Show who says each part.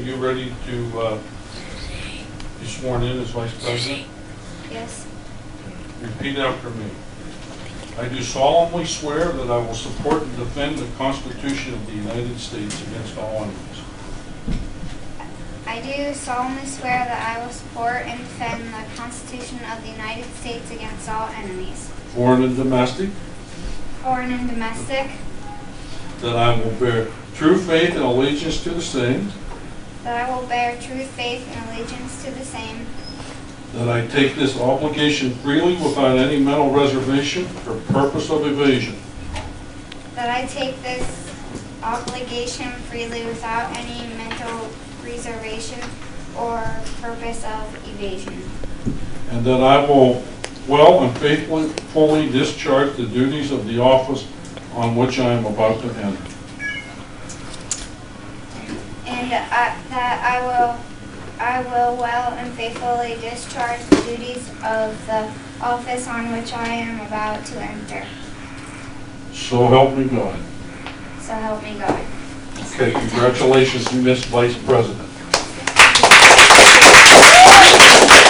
Speaker 1: you ready to uh, be sworn in as vice president?
Speaker 2: Yes,
Speaker 1: Repeat after me. I do solemnly swear that I will support and defend the Constitution of the United States against all enemies,
Speaker 2: I do solemnly swear that I will support and defend the Constitution of the United States against all enemies,
Speaker 1: foreign and domestic,
Speaker 2: foreign and domestic,
Speaker 1: that I will bear true faith and allegiance to the same,
Speaker 2: that I will bear true faith and allegiance to the same,
Speaker 1: that I take this obligation freely without any mental reservation or purpose of evasion,
Speaker 2: that I take this obligation freely without any mental reservation or purpose of evasion,
Speaker 1: and that I will well and faithfully fully discharge the duties of the office on which I am about to enter.
Speaker 2: and I- that I will, I will well and faithfully discharge the duties of the office on which I am about to enter.
Speaker 1: So help me God.
Speaker 2: So help me God.
Speaker 1: Okay, congratulations, Miss Vice President.